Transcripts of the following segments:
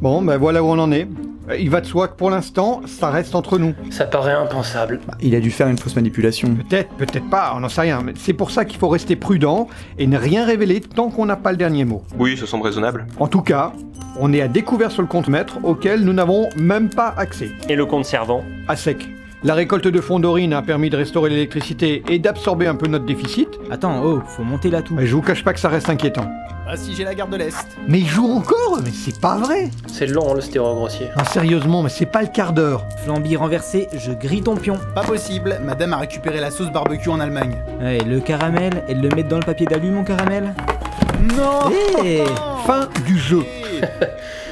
Bon, ben voilà où on en est. Euh, Il va de soi que pour l'instant, ça reste entre nous. Ça paraît impensable. Bah, Il a dû faire une fausse manipulation. Peut-être, peut-être pas, on n'en sait rien. Mais c'est pour ça qu'il faut rester prudent et ne rien révéler tant qu'on n'a pas le dernier mot. Oui, ça semble raisonnable. En tout cas, on est à découvert sur le compte maître auquel nous n'avons même pas accès. Et le compte servant À sec. La récolte de fonds d'orine a permis de restaurer l'électricité et d'absorber un peu notre déficit. Attends, oh, faut monter là tout. Mais je vous cache pas que ça reste inquiétant. Ah si, j'ai la garde de l'Est. Mais ils jouent encore Mais c'est pas vrai C'est lent, hein, le stéro grossier. Non, sérieusement, mais c'est pas le quart d'heure. Flambi renversé, je grille ton pion. Pas possible, madame a récupéré la sauce barbecue en Allemagne. Ouais, le caramel, elle le met dans le papier d'alu, mon caramel Oh. Eh. Non Hé Fin du jeu.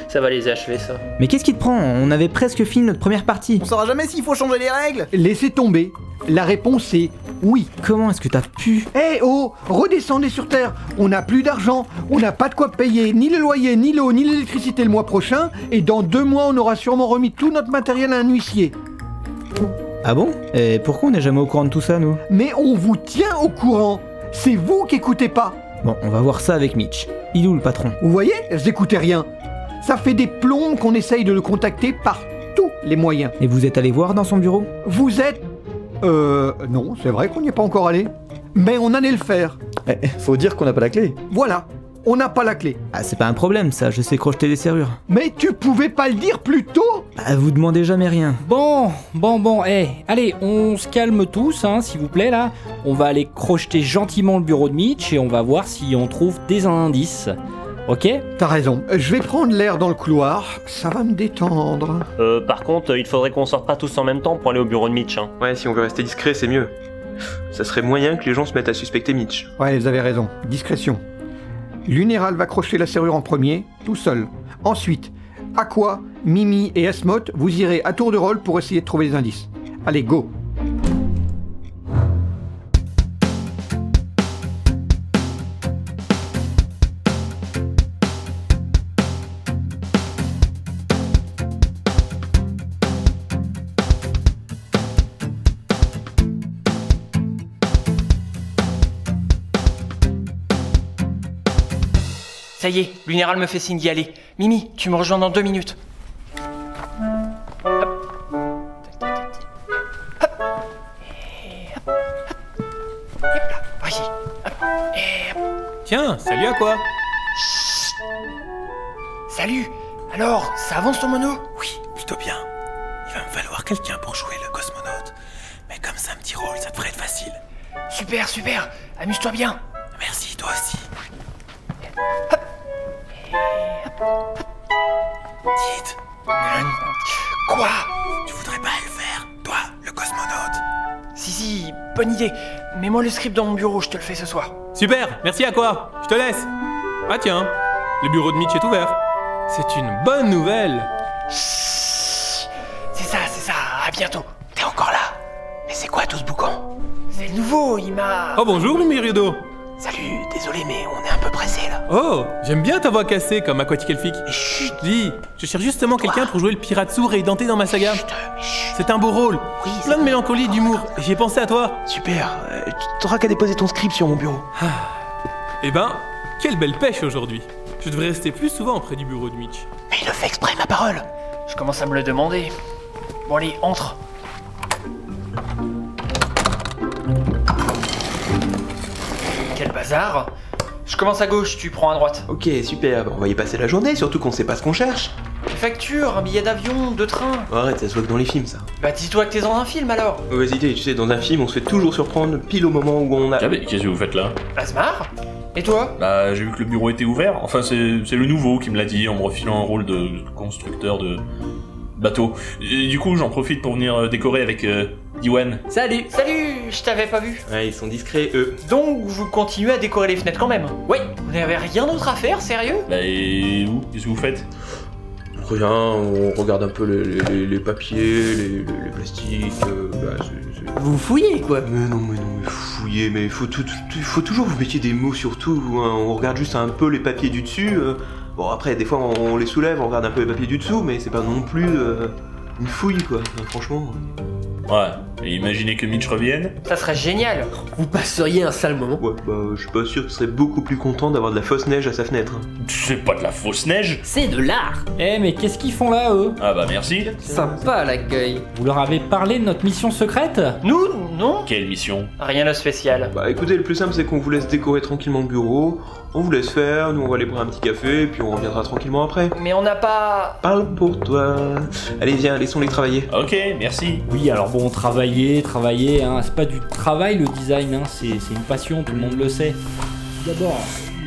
Ça va les achever, ça. Mais qu'est-ce qui te prend On avait presque fini notre première partie. On saura jamais s'il faut changer les règles Laissez tomber. La réponse est oui. Comment est-ce que t'as pu Eh oh Redescendez sur Terre On n'a plus d'argent, on n'a pas de quoi payer ni le loyer, ni l'eau, ni l'électricité le mois prochain, et dans deux mois on aura sûrement remis tout notre matériel à un huissier. Ah bon Et pourquoi on n'est jamais au courant de tout ça, nous Mais on vous tient au courant C'est vous qui écoutez pas Bon, on va voir ça avec Mitch. Il est où le patron Vous voyez Vous écoutez rien. Ça fait des plombes qu'on essaye de le contacter par tous les moyens. Et vous êtes allé voir dans son bureau Vous êtes... Euh... Non, c'est vrai qu'on n'y est pas encore allé. Mais on allait le faire. Eh, faut dire qu'on n'a pas la clé. Voilà. On n'a pas la clé. Ah, c'est pas un problème, ça, je sais crocheter des serrures. Mais tu pouvais pas le dire plus tôt Bah, vous demandez jamais rien. Bon, bon, bon, eh, allez, on se calme tous, hein, s'il vous plaît, là. On va aller crocheter gentiment le bureau de Mitch et on va voir si on trouve des indices. Ok T'as raison. Euh, Je vais prendre l'air dans le couloir. Ça va me détendre. Euh, par contre, euh, il faudrait qu'on sorte pas tous en même temps pour aller au bureau de Mitch. Hein. Ouais, si on veut rester discret, c'est mieux. Ça serait moyen que les gens se mettent à suspecter Mitch. Ouais, vous avez raison. Discrétion. Lunéral va crocheter la serrure en premier, tout seul. Ensuite, Aqua, Mimi et Asmoth, vous irez à tour de rôle pour essayer de trouver des indices. Allez, go Ça y est, l'unéral me fait signe d'y aller. Mimi, tu me rejoins dans deux minutes. Tiens, salut à quoi Salut Alors, ça avance ton mono Oui, plutôt bien. Il va me falloir quelqu'un pour jouer le cosmonaute. Mais comme c'est un petit rôle, ça devrait être facile. Super, super Amuse-toi bien Merci, toi aussi. Dites, Quoi tu voudrais pas le faire, toi, le cosmonaute Si, si, bonne idée Mets-moi le script dans mon bureau, je te le fais ce soir. Super, merci à quoi Je te laisse. Ah tiens, le bureau de Mitch est ouvert. C'est une bonne nouvelle. Chut. C'est ça, c'est ça, à bientôt. T'es encore là Mais c'est quoi tout ce boucan C'est le nouveau, il m'a... Oh bonjour, Lumirido. Salut, désolé, mais on est un peu pressé là. Oh, j'aime bien ta voix cassée comme aquatique elfique. Mais chut Dis, je cherche justement quelqu'un pour jouer le pirate sourd et denté dans ma saga. Chut, mais chut C'est un beau rôle, Oui, c'est plein de bon. mélancolie et d'humour. et J'ai pensé à toi. Super, euh, tu t'auras qu'à déposer ton script sur mon bureau. Eh ben, quelle belle pêche aujourd'hui. Je devrais rester plus souvent près du bureau de Mitch. Mais il le fait exprès, ma parole Je commence à me le demander. Bon allez, entre Quel bazar Je commence à gauche, tu prends à droite. Ok, super, on va y passer la journée, surtout qu'on sait pas ce qu'on cherche. Facture, un billet d'avion, de train. Oh, arrête, ça se voit que dans les films, ça. Bah dis-toi que t'es dans un film alors Mauvaise idée, tu sais, dans un film, on se fait toujours surprendre pile au moment où on a. Tiens, Ah, mais qu'est-ce que vous faites là Asmar Et toi Bah, j'ai vu que le bureau était ouvert. Enfin, c'est c'est le nouveau qui me l'a dit en me refilant un rôle de constructeur de bateau. Et du coup, j'en profite pour venir euh, décorer avec euh, Diwan. Salut Salut Je t'avais pas vu Ouais, ils sont discrets, eux. Donc vous continuez à décorer les fenêtres quand même Ouais Vous n'avez rien d'autre à faire, sérieux Bah, et où Qu'est-ce que vous faites Rien, on regarde un peu les, les- les papiers, les, les- les plastiques. euh, bah, c'est- c'est- Vous fouillez quoi Mais non, mais non, mais fouillez, mais faut, tout, tout- faut toujours vous mettiez des mots sur tout. hein. On regarde juste un peu les papiers du dessus. euh. Bon, après, des fois, on, on les soulève, on regarde un peu les papiers du dessous, mais c'est pas non plus euh, une fouille, quoi. Enfin, franchement. Ouais. Et imaginez que Mitch revienne. Ça serait génial. Vous passeriez un sale moment. Ouais, bah, je suis pas sûr qu'il serait beaucoup plus content d'avoir de la fausse neige à sa fenêtre. hein. C'est pas de la fausse neige C'est de l'art. Eh mais qu'est-ce qu'ils font là eux Ah bah merci. Sympa l'accueil. Vous leur avez parlé de notre mission secrète Nous, non Quelle mission Rien de spécial. Bah écoutez, le plus simple c'est qu'on vous laisse décorer tranquillement le bureau, on vous laisse faire, nous on va aller boire un petit café, et puis on reviendra tranquillement après. Mais on n'a pas. Parle pour toi. Allez, viens, laissons-les travailler. Ok, merci. Oui, alors bon, travailler, travailler, hein, c'est pas du travail le design, hein, c'est c'est une passion, tout le monde le sait. D'abord,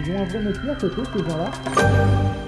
ils vont avoir notre pire côté, ces gens-là.